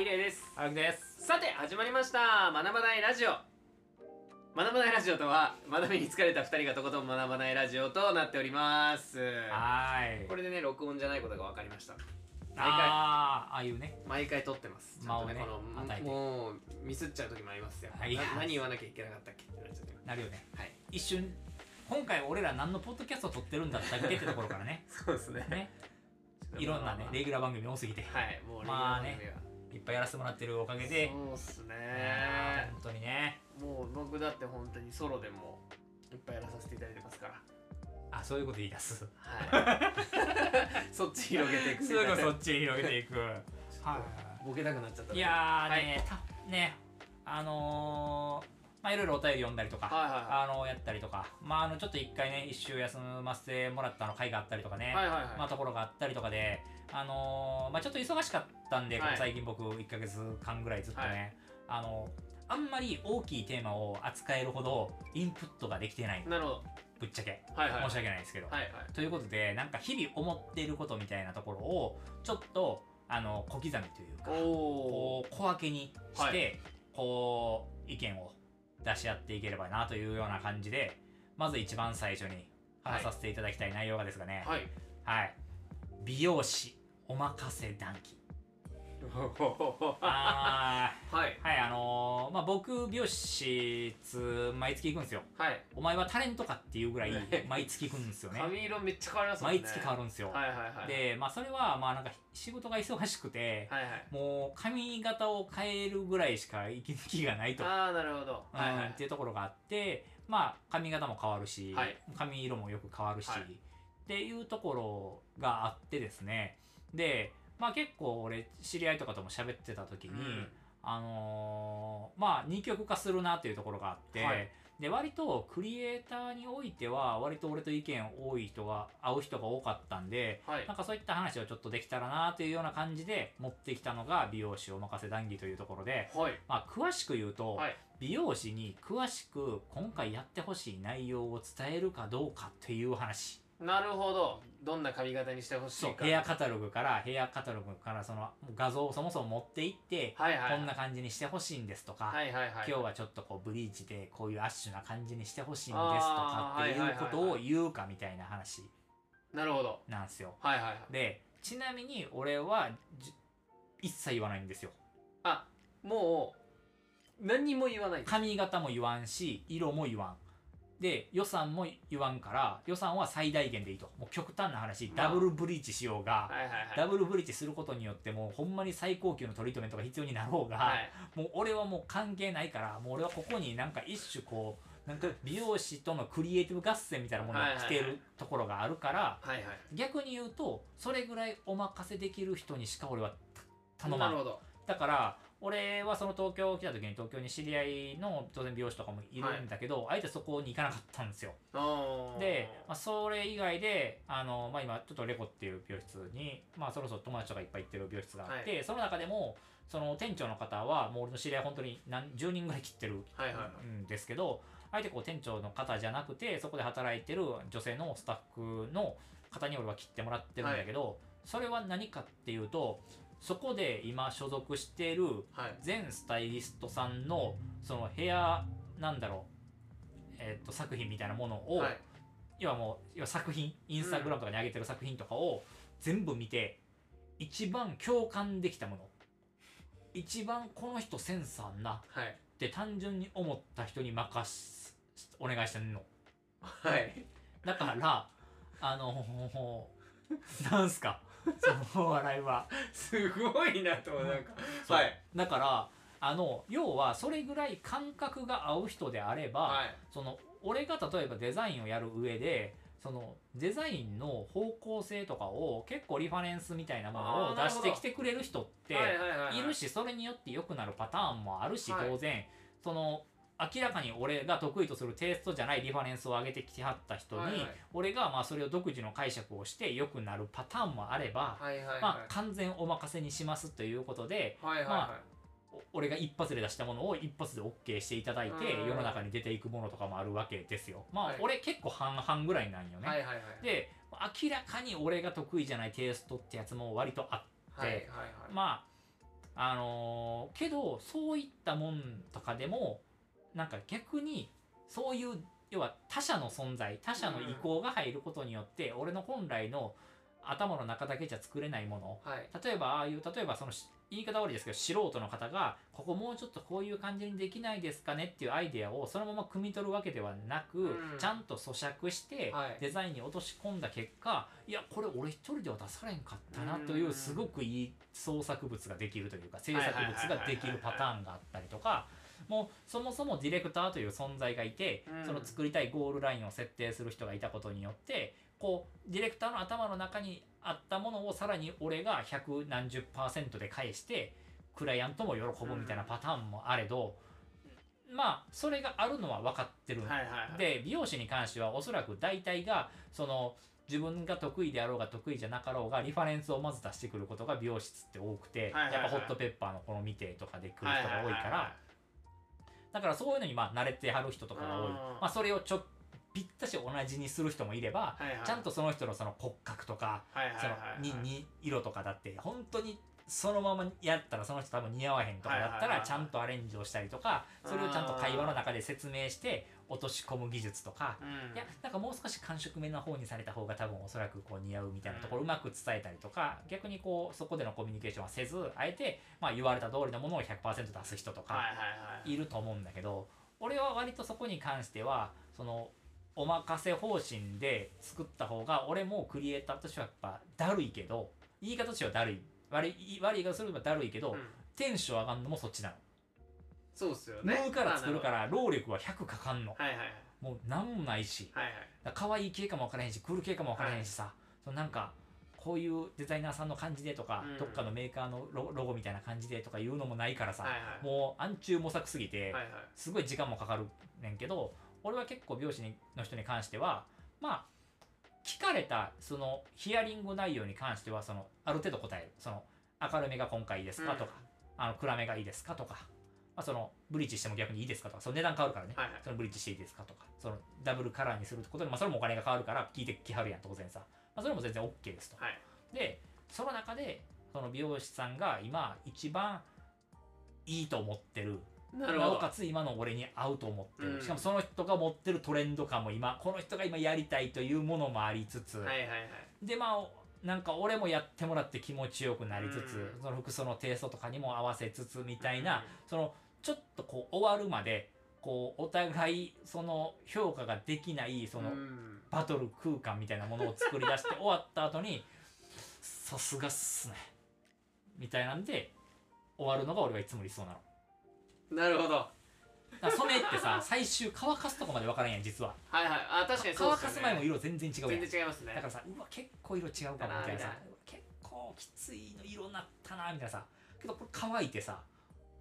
イレイです青木ですさて始まりました学ばないラジオ学ばないラジオとは学びに疲れた2人がとことん学ばないラジオとなっておりますはーいこれでね録音じゃないことが分かりました毎回あーああいうね毎回撮ってますちゃんとね間こをのね与えてもうミスっちゃう時もありますよ、はいな何言わなきゃいけなかったっけってなっちゃってますなるよねはい一瞬今回俺ら何のポッドキャスト撮ってるんだったっけってところから ねそうですねねいろんなねレギュラー番組多すぎてはいもうレギュまラあーね番組はいっぱいやらせてもらってるおかげでそうっすねね本当にねもう僕だって本当にソロでもいっぱいやらさせていただいてますからあそういうこと言い 出すはいそっち広げていくすいぐませんそっちに広げていくはボケたくなっちゃったいいやーはいね、たねあのーまあいろいろお便り読んだりとか、はいはいはあのやったりとか、まあ、あのちょっと一回ね一周休ませてもらったあの会があったりとかね、はいはいはい、まあ、ところがあったりとかで、あのーまあ、ちょっと忙しかったんで、はい最近僕1ヶ月間ぐらいずっとね、あのあんまり大きいテーマを扱えるほどインプットができてないなるほどぶっちゃけはいはい申し訳ないですけど、はいはいということでなんか日々思っていることみたいなところをちょっとあの小刻みというかおおこう小分けにして、はこう意見を出し合っていければなというような感じでまず一番最初に話させていただきたい内容がですがね、はいはい。美容師お任せ談義。ああはいーはい、あのーまあ、僕、美容室、毎月行くんですよ。はいお前はタレントかっていうぐら いね、毎月行くんですよね。髪色めっちゃ変わりますもんね毎月変わるんですよ。はいはいはいで、まあ、それは、まあ、なんか、仕事が忙しくて、はいはいもう、髪型を変えるぐらいしか息抜きがないと。ああなるほどうんはいはいっていうところがあって、まあ、髪型も変わるし、はい髪色もよく変わるし、はいっていうところがあってですねで、まあ、結構俺知り合いとかとも喋ってた時に、うんあのーまあ二極化するなっていうところがあって、はいで割とクリエイターにおいては割と俺と意見多い人が合う人が多かったんではいなんかそういった話をちょっとできたらなというような感じで持ってきたのが美容師お任せ談義というところで、はいまあ、詳しく言うと、はい美容師に詳しく今回やってほしい内容を伝えるかどうかっていう話なるほどどんな髪型にしてほしそういかヘアカタログからヘアカタログからその画像をそもそも持っていって、はいはいこんな感じにしてほしいんですとか、はいはいはい今日はちょっとこうブリーチでこういうアッシュな感じにしてほしいんですとあかーっていうことはいをはいはい言うかみたいな話なるほどなんですよはいはいはいでちなみに俺はじ一切言わないんですよもう何にも言わない髪型も言わんし色も言わんで予算も言わんから予算は最大限でいいともう極端な話まあダブルブリーチしようはが、いはいはいダブルブリーチすることによってもうほんまに最高級のトリートメントが必要になろうが、はいもう俺はもう関係ないからもう俺はここになんか一種こうなんか美容師とのクリエイティブ合戦みたいなものが来てはいはいるところがあるからはいはい逆に言うとそれぐらいお任せできる人にしか俺は頼まななるいほどだから俺はその東京来た時に東京に知り合いの当然美容師とかもいるんだけど、あえてそこに行かなかったんですよあーで、まあ、それ以外であの、まあ、今ちょっとレコっていう美容室に、まあ、そろそろ友達とかいっぱい行ってる美容室があって、その中でもその店長の方はもう俺の知り合い本当に何10人ぐらい切ってるはいはいはいんですけど、あえてこう店長の方じゃなくてそこで働いてる女性のスタッフの方に俺は切ってもらってるんだけど、それは何かっていうとそこで今所属しているはい全スタイリストさんのそのヘアなんだろう、えっと作品みたいなものを、はい要はもう要は作品インスタグラムとかに上げてる作品とかを全部見て一番共感できたもの一番この人センサーなはいって単純に思った人に任すお願いしてんのはい だからあのなんすか そのお笑いはすごいなと思うなんかそうはいだからあの要はそれぐらい感覚が合う人であれば、はいその俺が例えばデザインをやる上でそのデザインの方向性とかを結構リファレンスみたいなものあーをな出るほしどてきてくれる人ってはいはいはいはいいるしそれによって良くなるパターンもあるしはい当然その明らかに俺が得意とするテイストじゃないリファレンスを上げてきてはった人はいにはい俺がまあそれを独自の解釈をして良くなるパターンもあればはいはいはいまあ完全お任せにしますということではいはいまはお俺が一発で出したものを一発で OK していただいてうん世の中に出ていくものとかもあるわけですよまあ、はい俺結構半々ぐらいなんよいね、はいはいはいで明らかに俺が得意じゃないテイストってやつも割とあっはいはいはいまああのーけどそういったもんとかでもなんか逆にそういう要は他者の存在他者の意向が入ることによって、俺の本来の頭の中だけじゃ作れないものはい例えばああいう例えばそのし言い方悪いですけど素人の方がここもうちょっとこういう感じにできないですかねっていうアイデアをそのまま汲み取るわけではなく、うんちゃんと咀嚼して、はいデザインに落とし込んだ結果いやこれ俺一人では出されんかったなといううんすごくいい創作物ができるというか制作物ができるパターンがあったりとかもうそもそもディレクターという存在がいてうんその作りたいゴールラインを設定する人がいたことによってこうディレクターの頭の中にあったものをさらに俺が百何十パーセントで返してクライアントも喜ぶみたいなパターンもあれどまあそれがあるのは分かってるんはいはいで美容師に関してはおそらく大体がその自分が得意であろうが得意じゃなかろうがリファレンスをまず出してくることが美容室って多くはて、いはいはいやっぱホットペッパーのこの見てとかで来る人はいが多いから、だからそういうのにまあ慣れてはる人とかが多い、うんまあ、それをちょぴったし同じにする人もいれば、はいはいちゃんとその人のその骨格とか、はいはいはいそのはいにに色とかだって本当にそのままやったらその人多分似合わへんとかだっはたいはいらはいちゃんとアレンジをしたりとかそれをちゃんと会話の中で説明して落とし込む技術とかうんいやなんかもう少し感触目の方にされた方が多分おそらくこう似合うみたいなところをうまく伝えたりとか逆にこうそこでのコミュニケーションはせずあえてまあ言われた通りのものを100%出す人とかはいはいはいいると思うんだけど俺は割とそこに関してはそのお任せ方針で作った方が俺もクリエイターとしてはやっぱだるいけど言い方としてはだるい悪い悪い言い方すればだるいけど、うんテンション上がんのもそっちなの。そうっすよね縫うから作るからら労力は100かかんのはいはいはいもうなんもないしはいだから可愛い系かも分からへんしクール系かも分からへんしさ、そのなんかこういうデザイナーさんの感じでとか、うんどっかのメーカーのロロゴみたいな感じでとかいうのもないからさ、はいはいもう暗中模索すぎて、はいはいすごい時間もかかるねんけど俺は結構美容師にの人に関してはまあ聞かれたそのヒアリング内容に関してはそのある程度答えるその明るめが今回いいですかうんとか、あの暗めがいいですかとか、まあ、そのブリッジしても逆にいいですかとかその値段変わるからね、はいはいそのブリッジしていいですかとかそのダブルカラーにすることで、まあ、それもお金が変わるから聞いてきはるやん当然さ、まあ、それも全然 OK ですと、はいでその中でその美容師さんが今一番いいと思ってるなるなほおどかつ今の俺に合うと思ってる、うんしかもその人が持ってるトレンド感も今この人が今やりたいというものもありつつ、はいはいはいでまあなんか俺もやってもらって気持ちよくなりつつ、うんその服装のテイストとかにも合わせつつみたいな、そのちょっとこう終わるまでこうお互いその評価ができないそのうんバトル空間みたいなものを作り出して終わった後にさすがっすねみたいなんで終わるのが俺はいつも理想なの。なるほどだから染めってさ最終乾かすとこまで分からんやん実ははいはいあ確かにそうっ乾すよかねす前も色全然違うやん全然違いますだねからさうわ結構色違うかもみたいなだなさ結構きついの色になったなみたいなさけどこれ乾いてさ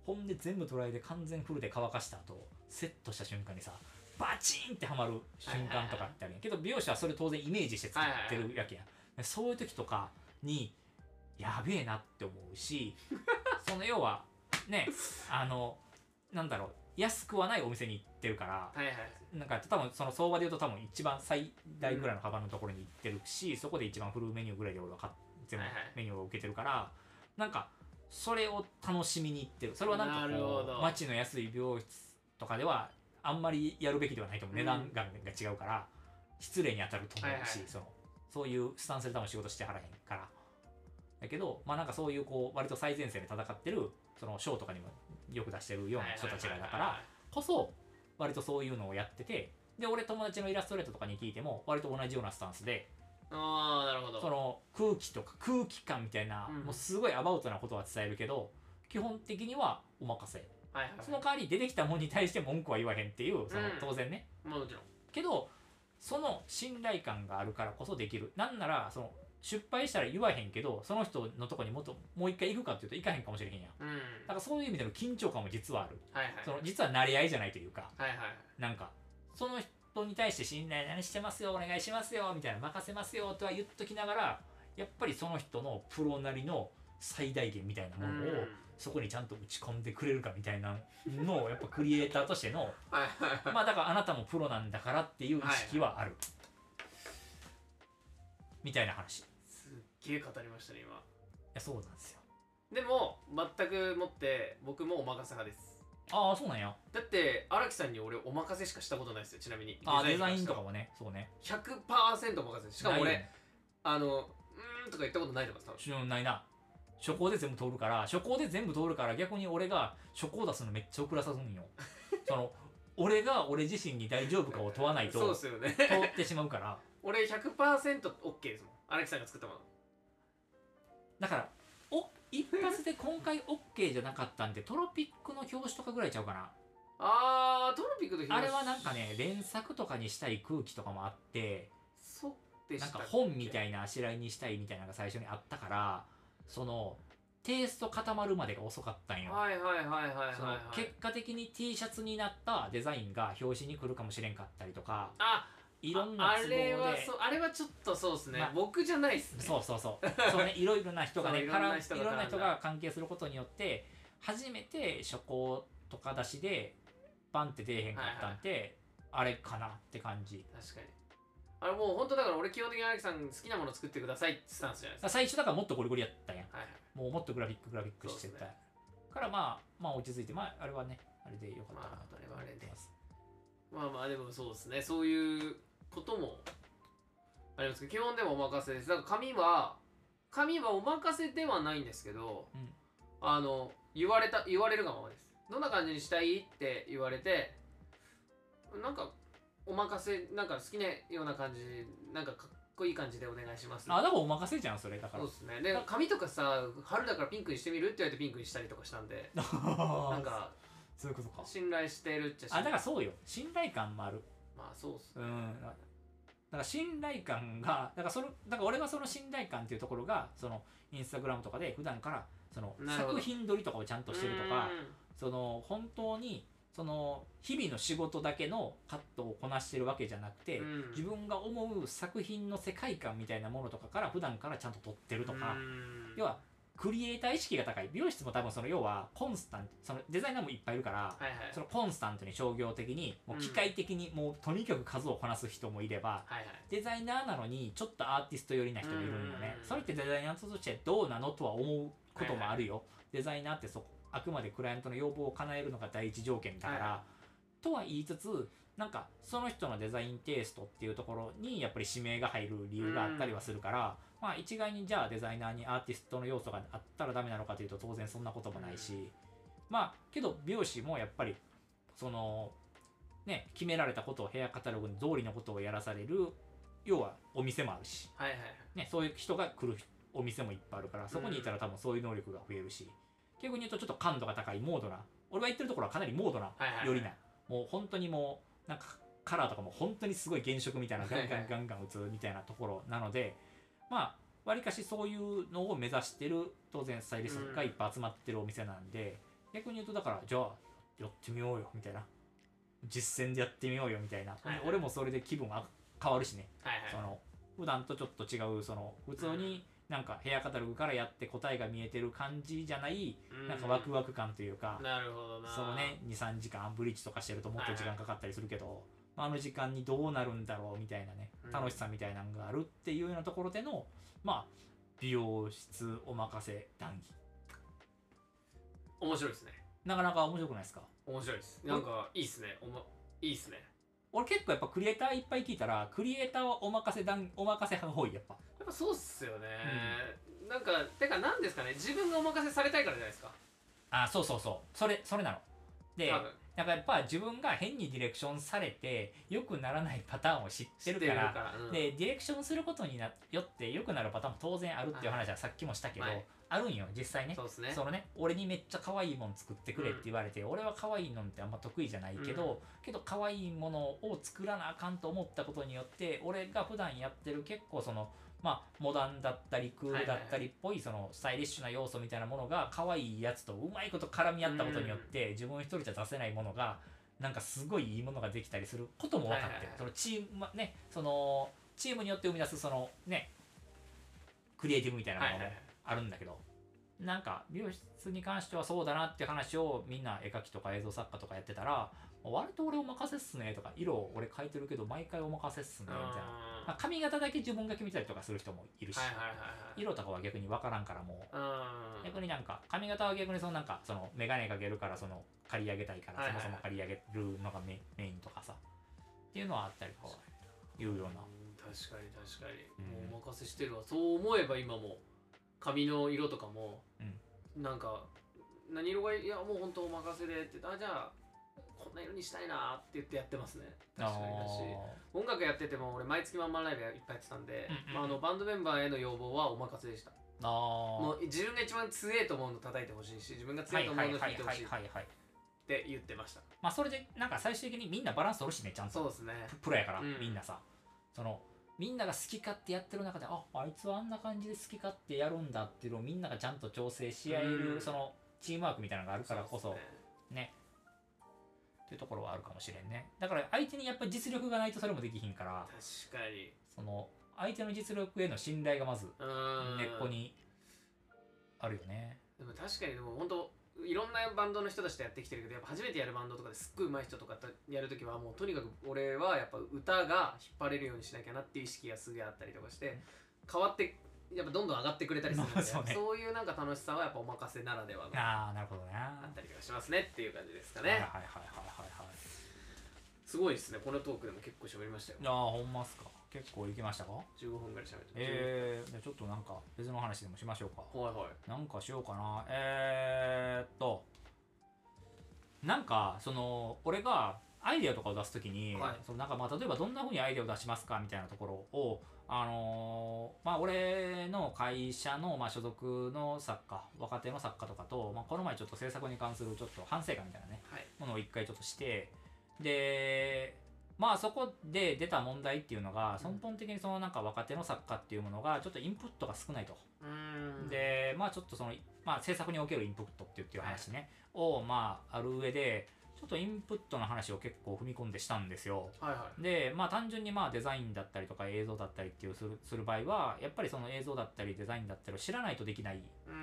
ほんで全部ドライで完全フルで乾かした後セットした瞬間にさバチンってはまる瞬間とかってあるやんけど美容師はそれ当然イメージして作ってるわけやんでそういう時とかにやべえなって思うし その要はねあのなんだろう安くはないお店に行ってるからはいはいなんか多分その相場で言うと多分一番最大ぐらいの幅のところに行ってるし、そこで一番フルメニューぐらいで俺は買っ全部はいはいメニューを受けてるから、なんかそれを楽しみに行ってるそれはなんかなるほこどう街の安い美容室とかではあんまりやるべきではないと思うう、ん値段が違うから失礼に当たると思はうし、いはいそのそういうスタンスで多分仕事してはらへんからだけどまあなんかそういうこう割と最前線で戦ってるそのショーとかにもよく出してるような人たちがだから、こそ割とそういうのをやっててで俺友達のイラストレートとかに聞いても割と同じようなスタンスでああなるほどその空気とか空気感みたいな、うんもうすごいアバウトなことは伝えるけど基本的にはお任せはいはいその代わり出てきたもんに対して文句は言わへんっていうそのうん当然ね、まあもちろんけどその信頼感があるからこそできるなんならその失敗したら言わへんけどその人のとこにもっともう一回行くかっていうと行かへんかもしれへんやんうんだからそういう意味での緊張感も実はあるはいはいその実は慣れ合いじゃないというかはいはいなんかその人に対して信頼何してますよお願いしますよみたいな任せますよとは言っときながらやっぱりその人のプロなりの最大限みたいなものをうんそこにちゃんと打ち込んでくれるかみたいなのをやっぱクリエイターとしての はいはいはいまあだからあなたもプロなんだからっていう意識はあるみたいな話いすっげえ語りましたね今やそうなんですよでも全くもって僕もお任せ派ですああそうなんやだって荒木さんに俺お任せしかしたことないですよちなみにあーデザインとかももねそうね100%お任せしかもないよ俺ねあのうーんとか言ったことないと思います多分しゅんないな初行で全部通るから初行で全部通るから逆に俺が初行出すのめっちゃ遅らさず んよその俺が俺自身に大丈夫かを問わないそうとですよね通ってしまうから俺 100%OK ですもん荒木さんが作ったものだからお一発で今回 OK じゃなかったんでトロピックの表紙とかぐらいちゃうかなあートロピックとあれはなんかね連作とかにしたい空気とかもあってそうでしたなんっけか本みたいなあしらいにしたいみたいなのが最初にあったからそのテイスト固まるまでが遅かったんよ、はいはいはいはいはい、はいその、結果的に T シャツになったデザインが表紙に来るかもしれんかったりとかあいろんあな都合れではそうあれはちょっとそうですね、まあ僕じゃないっすねそうそうそうそうねいろいろな人がね そういろんな絡人んがいろんな人絡んだが関係することによって初めて初行とか出しでバンって出えへんかったんで、あれかなって感じ確かにあれもう本当だから俺基本的に荒木さん好きなもの作ってくださいってスタンスじゃないですか最初だからもっとゴリゴリやったんやんはいはいもうもっとグラフィックグラフィックしてそうた、ですねからまあまあ落ち着いてまああれはねあれでよかったかなとまああれはあ思っれでてます、まあまあでもそうですねそういうこともありますけど基本でもお任せですだから紙は紙はお任せではないんですけど、うんあの言われた言われるがままですどんな感じにしたいって言われてなんかお任せなんか好きなような感じなんかかっこいい感じでお願いしますあだからお任せじゃんそれだかそらうですねで髪とかさ春だからピンクにしてみるって言われてピンクにしたりとかしたんでななんか そういうことか信頼してるっちゃ信あだ頼からそうよ信頼感もあるまあそうっすうね、んだから信頼感がだからそのだから俺はその信頼感っていうところがそのインスタグラムとかで普段からそのなるほど作品撮りとかをちゃんとしてるとうかんその本当にその日々の仕事だけのカットをこなしてるわけじゃなくて、うん自分が思う作品の世界観みたいなものとかから普段からちゃんと撮ってるとか、うん要はクリエイター意識が高い美容室も多分その要はコンスタントそのデザイナーもいっぱいいるから、はいはいそのコンスタントに商業的にもう機械的にもうとにかく数をこなす人もいれば、はいはいデザイナーなのにちょっとアーティスト寄りな人もいるんよね、うんそれってデザイナーとしてどうなのとは思うこともあるよ、デザイナーってそこあくまでクライアントの要望を叶えるのが第一条件だから、はとは言いつつなんかその人のデザインテイストっていうところにやっぱり指名が入る理由があったりはするから、まあ一概にじゃあデザイナーにアーティストの要素があったらダメなのかというと当然そんなこともないし、まあけど美容師もやっぱりそのね決められたことをヘアカタログに通りのことをやらされる要はお店もあるし、はいはいね、そういう人が来るお店もいっぱいあるからそこにいたら多分そういう能力が増えるし、逆に言うとちょっと感度が高いモードな俺が言ってるところはかなりモードなはいはいよりなもう本当にもうなんかカラーとかも本当にすごい原色みたいなガンガンガンガン打つみたいなところなのでまあわりかしそういうのを目指してる当然スタイリストがいっぱい集まってるお店なんで、逆に言うとだからじゃあやってみようよみたいな実践でやってみようよみたいな、はいはい俺もそれで気分が変わるしねはいそはいの普段とちょっと違うその普通になんかヘアカタログからやって答えが見えてる感じじゃないなんかワクワク感というか、なるほどなそうね23時間ブリッジとかしてるともっと時間かかったりするけど、まあ、あの時間にどうなるんだろうみたいなねうん楽しさみたいなのがあるっていうようなところでの、まあ美容室お任せ談義面白いですねなかなか面白くないですか面白いですなんかいいっすねおもいいっすね俺結構やっぱクリエイターいっぱい聞いたらクリエイターはお任せ談お任せ派が多いやっぱやっぱそうっすよね、なんかてか何ですかね自分がお任せされたいからじゃないですかあそうそうそうそれそれなので多分なんかやっぱ自分が変にディレクションされて良くならないパターンを知ってるからうんでディレクションすることになよって良くなるパターンも当然あるっていう話はさっきもしたけど、はいあるんよ実際ねそうっすねそのね俺にめっちゃ可愛いもん作ってくれって言われて、俺は可愛いのってあんま得意じゃないけど、けど可愛いものを作らなあかんと思ったことによって俺が普段やってる結構そのまあモダンだったりクールだったりっぽいそのスタイリッシュな要素みたいなものが可愛いやつとうまいこと絡み合ったことによって、自分一人じゃ出せないものがなんかすごいいいものができたりすることも分かってる、はいはいはいそのチームまねそのチームによって生み出すそのねクリエイティブみたいなもはのいもはいはいあるんだけど、なんか美容室に関してはそうだなっていう話をみんな絵描きとか映像作家とかやってたら割と俺お任せっすねとか色を俺描いてるけど毎回お任せっすねみたいなまあ髪型だけ自分が決めたりとかする人もいるし、はいはい色とかは逆に分からんからもう、はいはいうん逆になんか髪型は逆にそのなんかその眼鏡かけるからその借り上げたいから、はいはいはいそもそも借り上げるのがメメインとかさっていうのはあったりとかいうようなうん確かに確かに、うんもうお任せしてるわそう思えば今も髪の色とかも、なんか何色がいいいやもう本当お任せでってあじゃあこんな色にしたいなって言ってやってますね確かにだし音楽やってても俺毎月ワンマンライブいっぱいやってたんで、うんうんまあ、あのバンドメンバーへの要望はお任せでしたあーあもう自分が一番強えと思うの叩いてほしいし自分がーは強いいと思はうのいは弾いいてほはしいいっはいはいて言ってましたまあそれでなんか最終的にみんなバランス取るしねちゃんとそうですねプロやから、うんみんなさそのみんなが好き勝手やってる中でああいつはあんな感じで好き勝手やるんだっていうのをみんながちゃんと調整し合える、うんそのチームワークみたいなのがあるからこそうっすねっていうところはあるかもしれんねだから相手にやっぱり実力がないとそれもできひんから確かにその相手の実力への信頼がまずう根っーんこにあるよねでも確かにでも本当いろんなバンドの人たちとやってきてるけどやっぱ初めてやるバンドとかですっごい上手い人とかとやるときはもうとにかく俺はやっぱ歌が引っ張れるようにしなきゃなっていう意識がすげえあったりとかして変わってやっぱどんどん上がってくれたりするので、まあそうねそういうなんか楽しさはやっぱお任せならではのあああなるほどなったりとかしますねっていう感じですかはいはいねはいはいはいすごいですねこのトークでも結構喋りましたよああほんまっすか結構いきましたか15分ぐらい喋ってえー、じゃあちょっとなんか別の話でもしましょうかはいはいなんかしようかな。えー、っと、なんか、その、俺がアイデアとかを出すときに、はいそのなんかまあ、例えばどんな風にアイデアを出しますかみたいなところを、あのーまあ、俺の会社の、まあ、所属の作家、若手の作家とかと、まあ、この前ちょっと制作に関するちょっと反省会みたいなね、はいものを一回ちょっとして、で、まあそこで出た問題っていうのが、根本的にそのなんか若手の作家っていうものが、ちょっとインプットが少ないと。うーんでまあちょっとその、まあ、制作におけるインプットっていうっていう話ね、をまあある上でちょっとインプットの話を結構踏み込んでしたんですよ。はいはいでまあ単純にまあデザインだったりとか映像だったりっていうするする場合はやっぱりその映像だったりデザインだったりを知らないとできない、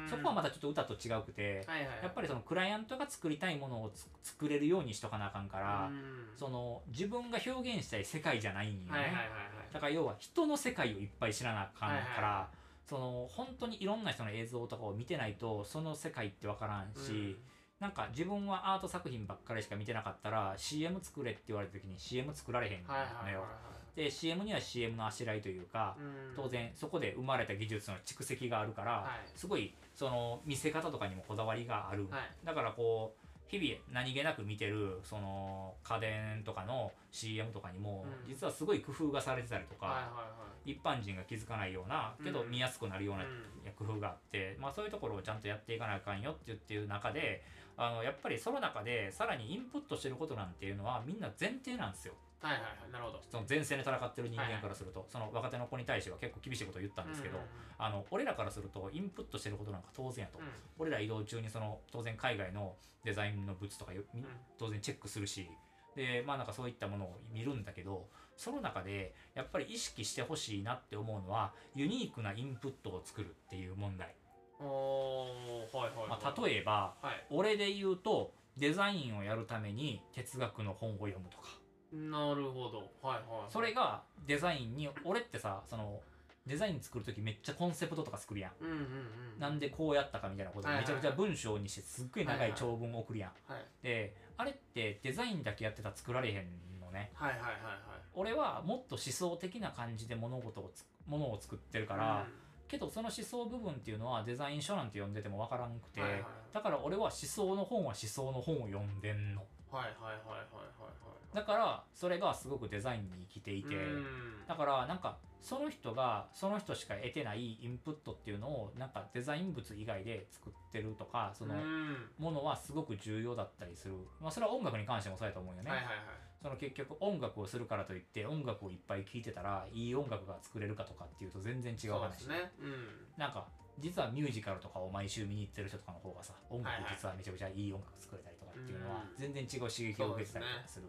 そこはまたちょっと歌と違うくて、はいはいはいやっぱりそのクライアントが作りたいものをつ作れるようにしとかなあかんから、うーんその自分が表現したい世界じゃないんよね。はいはいはいだから要は人の世界をいっぱい知らなあかんから、はいはいその本当にいろんな人の映像とかを見てないとその世界って分からんはいし、なんか自分はアート作品ばっかりしか見てなかったら CM 作れって言われた時に CM 作られへんのよ。はいはいはいはで CM には CM のあしらいというか、いうん当然そこで生まれた技術の蓄積があるから、はいすごいその見せ方とかにもこだわりがある、はいだからこう日々何気なく見てるその家電とかの CM とかにも、うん実はすごい工夫がされてたりとか、はいはい一般人が気づかないようなけどうん見やすくなるようはいなうん工夫があって、まあ、そういうところをちゃんとやっていかなあかんよっていうっていう中であのやっぱりその中でさらにインプットしてることなんていうのはみんな前提なんですよはいはいはいなるほどその前線で戦ってる人間からすると、その若手の子に対しては結構厳しいことを言ったんですけど、うんあの俺らからするとインプットしてることなんか当然やと、うん俺ら移動中にその当然海外のデザインのブツとかよみうん当然チェックするしでまあなんかそういったものを見るんだけどその中でやっぱり意識してほしいなって思うのはユニークなインプットを作るっていう問題、おーはいはいまはいあ、例えばはい俺で言うとデザインをやるために哲学の本を読むとかなるほどはいはいそれがデザインに俺ってさそのデザイン作る時めっちゃコンセプトとか作るやんうんうんうんなんでこうやったかみたいなことをはいはめいちゃくちゃ文章にしてすっごい長い長文を送るやんはいであれってデザインだけやってたら作られへんのねはいはいはいはい俺はもっと思想的な感じで物事をつものを作ってるから、けどその思想部分っていうのはデザイン書なんて読んでても分からんくて、うんはいはいだから俺は思想の本は思想の本を読んでんのはいはいはいはいはいはいだからそれがすごくデザインに生きていて、うんだからなんかその人がその人しか得てないインプットっていうのをなんかデザイン物以外で作ってるとかそのうんものはすごく重要だったりする、まあ、それは音楽に関してもそうやと思うよね、はいはいはいその結局音楽をするからといって音楽をいっぱい聴いてたらいい音楽が作れるかとかっていうと全然違うそう話ですねうんなんか実はミュージカルとかを毎週見に行ってる人とかの方がさ音楽はいはい実はめちゃくちゃいい音楽作れたりとかっていうのはうん全然違う刺激を受けてたりとかするっ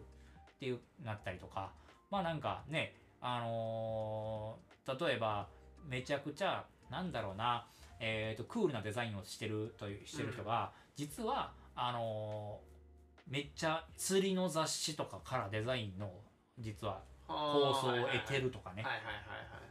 ていうなったりとかまあなんかねあのー例えばめちゃくちゃなんだろうなえー、とクールなデザインをしてるというしてる人が、実はあのーめっちゃ釣りの雑誌とかからデザインの実は構構想を得てるとかねはいはい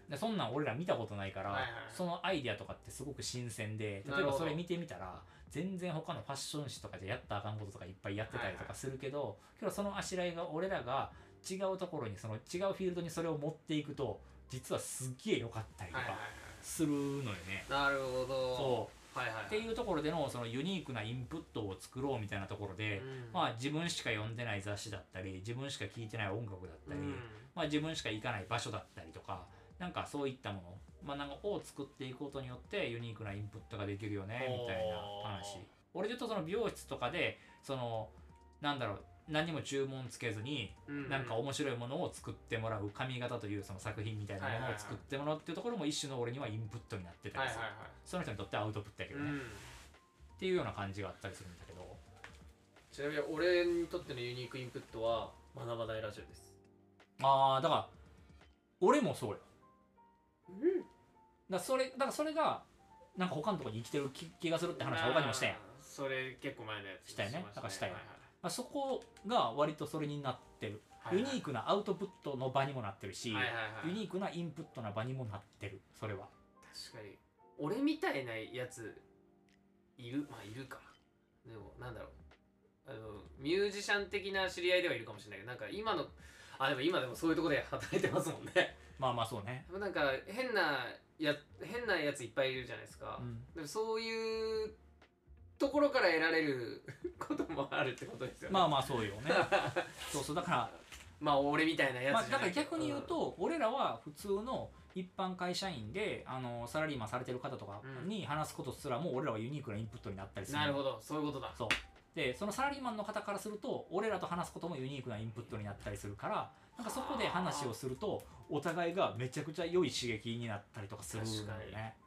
でそんなん俺ら見たことないから、はいはいそのアイディアとかってすごく新鮮でな例えるほばどそれ見てみたら全然他のファッション誌とかでやったらあかんこととかいっぱいやってたりとかするけど、けどそのあしらいが俺らが違うところにその違うフィールドにそれを持っていくと実はすっげえ良かったりとはいはいはいはいかするのよね。なるほどそうはいはいっていうところでのそのユニークなインプットを作ろうみたいなところで、うんまあ、自分しか読んでない雑誌だったり自分しか聴いてない音楽だったうり、んまあ、自分しか行かない場所だったりとかなんかそういったもの、まあ、なんかを作っていくことによってユニークなインプットができるよねみたいな話おー俺で言うとその美容室とかでそのなんだろう何も注文つけずにうんなんか面白いものを作ってもらう髪型というその作品みたいなものを作ってもらうっていうところも一種の俺にはインプットになってたはりいはすいる、はその人にとってはアウトプットやいけうどね、っんていうような感じがあったりするんだけどちなみに俺にとってのユニークインプットは学ばないラジオですああだから俺もそうようんだからそれだからそれがなんか他のところに生きてる気気がするって話は他にもしたやん、まそれ結構前のやつしたよねまなんかしたよはいあ、そこが割とそれになってる、はいはいユニークなアウトプットの場にもなってるし、はいはいはいユニークなインプットな場にもなってるそれは確かに俺みたいなやついるまあいるかでもなんだろうあのミュージシャン的な知り合いではいるかもしれないけどなんか今のあでも今でもそういうとこで働いてますも んねまあまあそうね、でもなんか変なや変なやついっぱいいるじゃないですか、うんでもそういうところから得られる こともあるってことですよねまあまあそうよ ねそうそうだからまあ俺みたいなやまあつ、じだゃかならいけど逆に言うと、俺らは普通の一般会社員であのサラリーマンされてる方とかに話すことすらもう俺らはユニークなインプットになったりするなるほどそういうことだそうでそのサラリーマンの方からすると俺らと話すこともユニークなインプットになったりするからなんかそこで話をするとお互いがめちゃくちゃ良い刺激になったりとかするんだよ確かね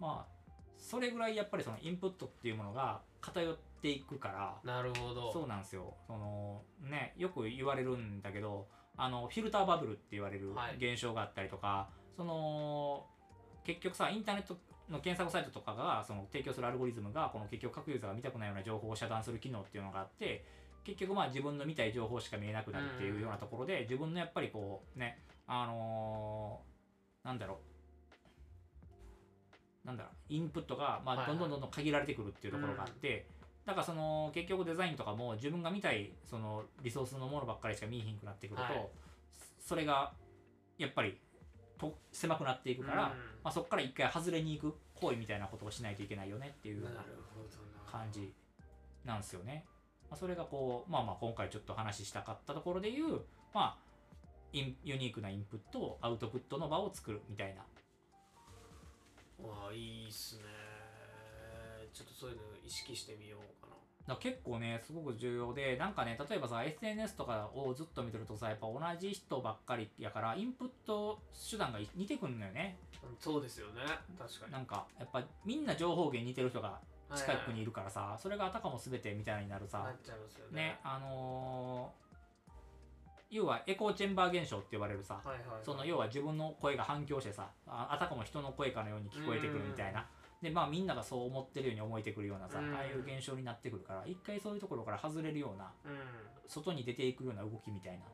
まあそれぐらいやっぱりそのインプットっていうものが偏っていくからなるほどそうなんですよそのねよく言われるんだけどあのフィルターバブルって言われるはい現象があったりとか、その結局さインターネットの検索サイトとかがその提供するアルゴリズムがこの結局各ユーザーが見たくないような情報を遮断する機能っていうのがあって結局まあ自分の見たい情報しか見えなくなるっていうようなところで、自分のやっぱりこうねあのーなんだろうなんだろうインプットがはいまはあいどんどんどんどん限られてくるっていうところがあって、だからその結局デザインとかも自分が見たいそのリソースのものばっかりしか見えへんくなってくると、はいそれがやっぱりと狭くなっていくから、うんまあ、そこから一回外れに行く行為みたいなことをしないといけないよねっていうなるほどな感じなんですよね。まあ、それがこう、まあまあ今回ちょっと話したかったところで言う、まあ、インユニークなインプットをアウトプットの場を作るみたいな。わあいいっすねちょっとそういうの意識してみようかなだから結構ね、すごく重要で、なんかね、例えばさ、SNS とかをずっと見てるとさ、やっぱ同じ人ばっかりやから、インプット手段が似てくるのよね。うんそうですよね確かになんか、やっぱみんな情報源似てる人が近くにいるるからさ、それがあたかも全てみたいになるなさっ、ちゃいますよねね、あのー要はエコーチェンバー現象って言われるさ、はいはいはい、その要は自分の声が反響してさああたかも人の声かのように聞こえてくるみたいな、でまあみんながそう思ってるように思えてくるようなさ、うんああいう現象になってくるから一回そういうところから外れるようなうん外に出ていくような動きみたいな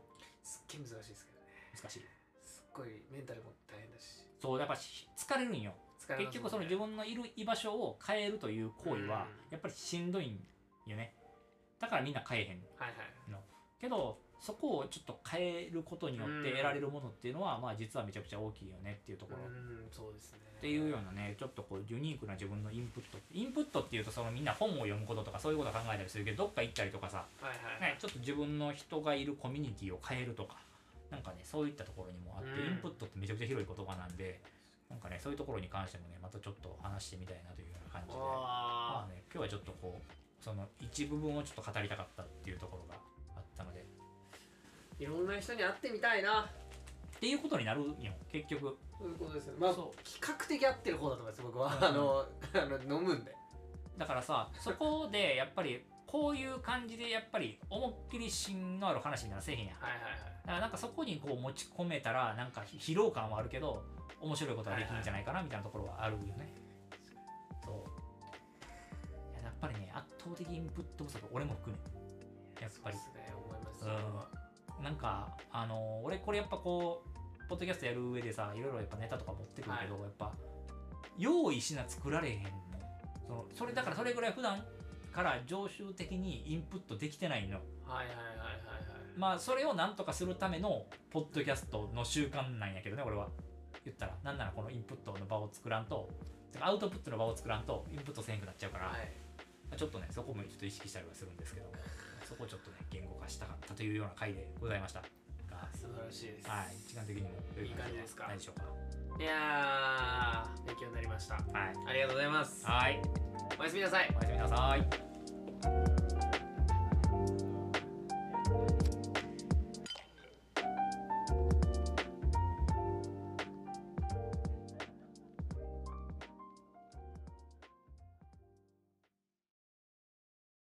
すっげえ難しいですけどね難しいすっごいメンタルも大変だしそうやっぱし疲れるんよ疲れますもんね結局その自分のいる居場所を変えるという行為はうんやっぱりしんどいんよねだからみんな変えへんはいはいけどそこをちょっと変えることによってうん得られるものっていうのは、まあ実はめちゃくちゃ大きいよねっていうところ、うんそうですねっていうようなねちょっとこうユニークな自分のインプットインプットっていうとそのみんな本を読むこととかそういうことを考えたりするけどどっか行ったりとかさ、はいはい、ね、ちょっと自分の人がいるコミュニティを変えるとかなんかねそういったところにもあって、うんインプットってめちゃくちゃ広い言葉なんでなんかねそういうところに関してもねまたちょっと話してみたいなというような感じでまわああね今日はちょっとこうその一部分をちょっと語りたかったっていうところがあったのでいろんな人に会ってみたいなっていうことになるんよ結局そういうことですよねまあそ比較的合ってる方だと思います僕は、うんあの あの飲むんでだからさそこでやっぱりこういう感じでやっぱり思いっきり芯のある話にならせへんやんだかはいはいはいらなんかそこにこう持ち込めたらなんか疲労感はあるけど面白いことはできるんじゃないかなみたいなところはあるよねそういややっぱりね圧倒的インプット不足俺も含めやっぱりそうですね思いますうんそれはなんかあの俺これやっぱこうポッドキャストやる上でさいろいろやっぱネタとか持ってくるけど、やっぱ用意しな作られへんのそのそれだからそれぐらい普段から常習的にインプットできてないのはいはいはいはいまあそれをなんとかするためのポッドキャストの習慣なんやけどね俺は言ったらなんならこのインプットの場を作らんとてかアウトプットの場を作らんとインプットせんくなっちゃうから、はいはいちょっとねそこもちょっと意識したりはするんですけどそこをちょっとね言語化したかったというような回でございましたが素晴らしいです、はい時間的にも良いい感じですかないでしょうかい、やー勉強になりましたはいありがとうございますはいおやすみなさいおやすみなさい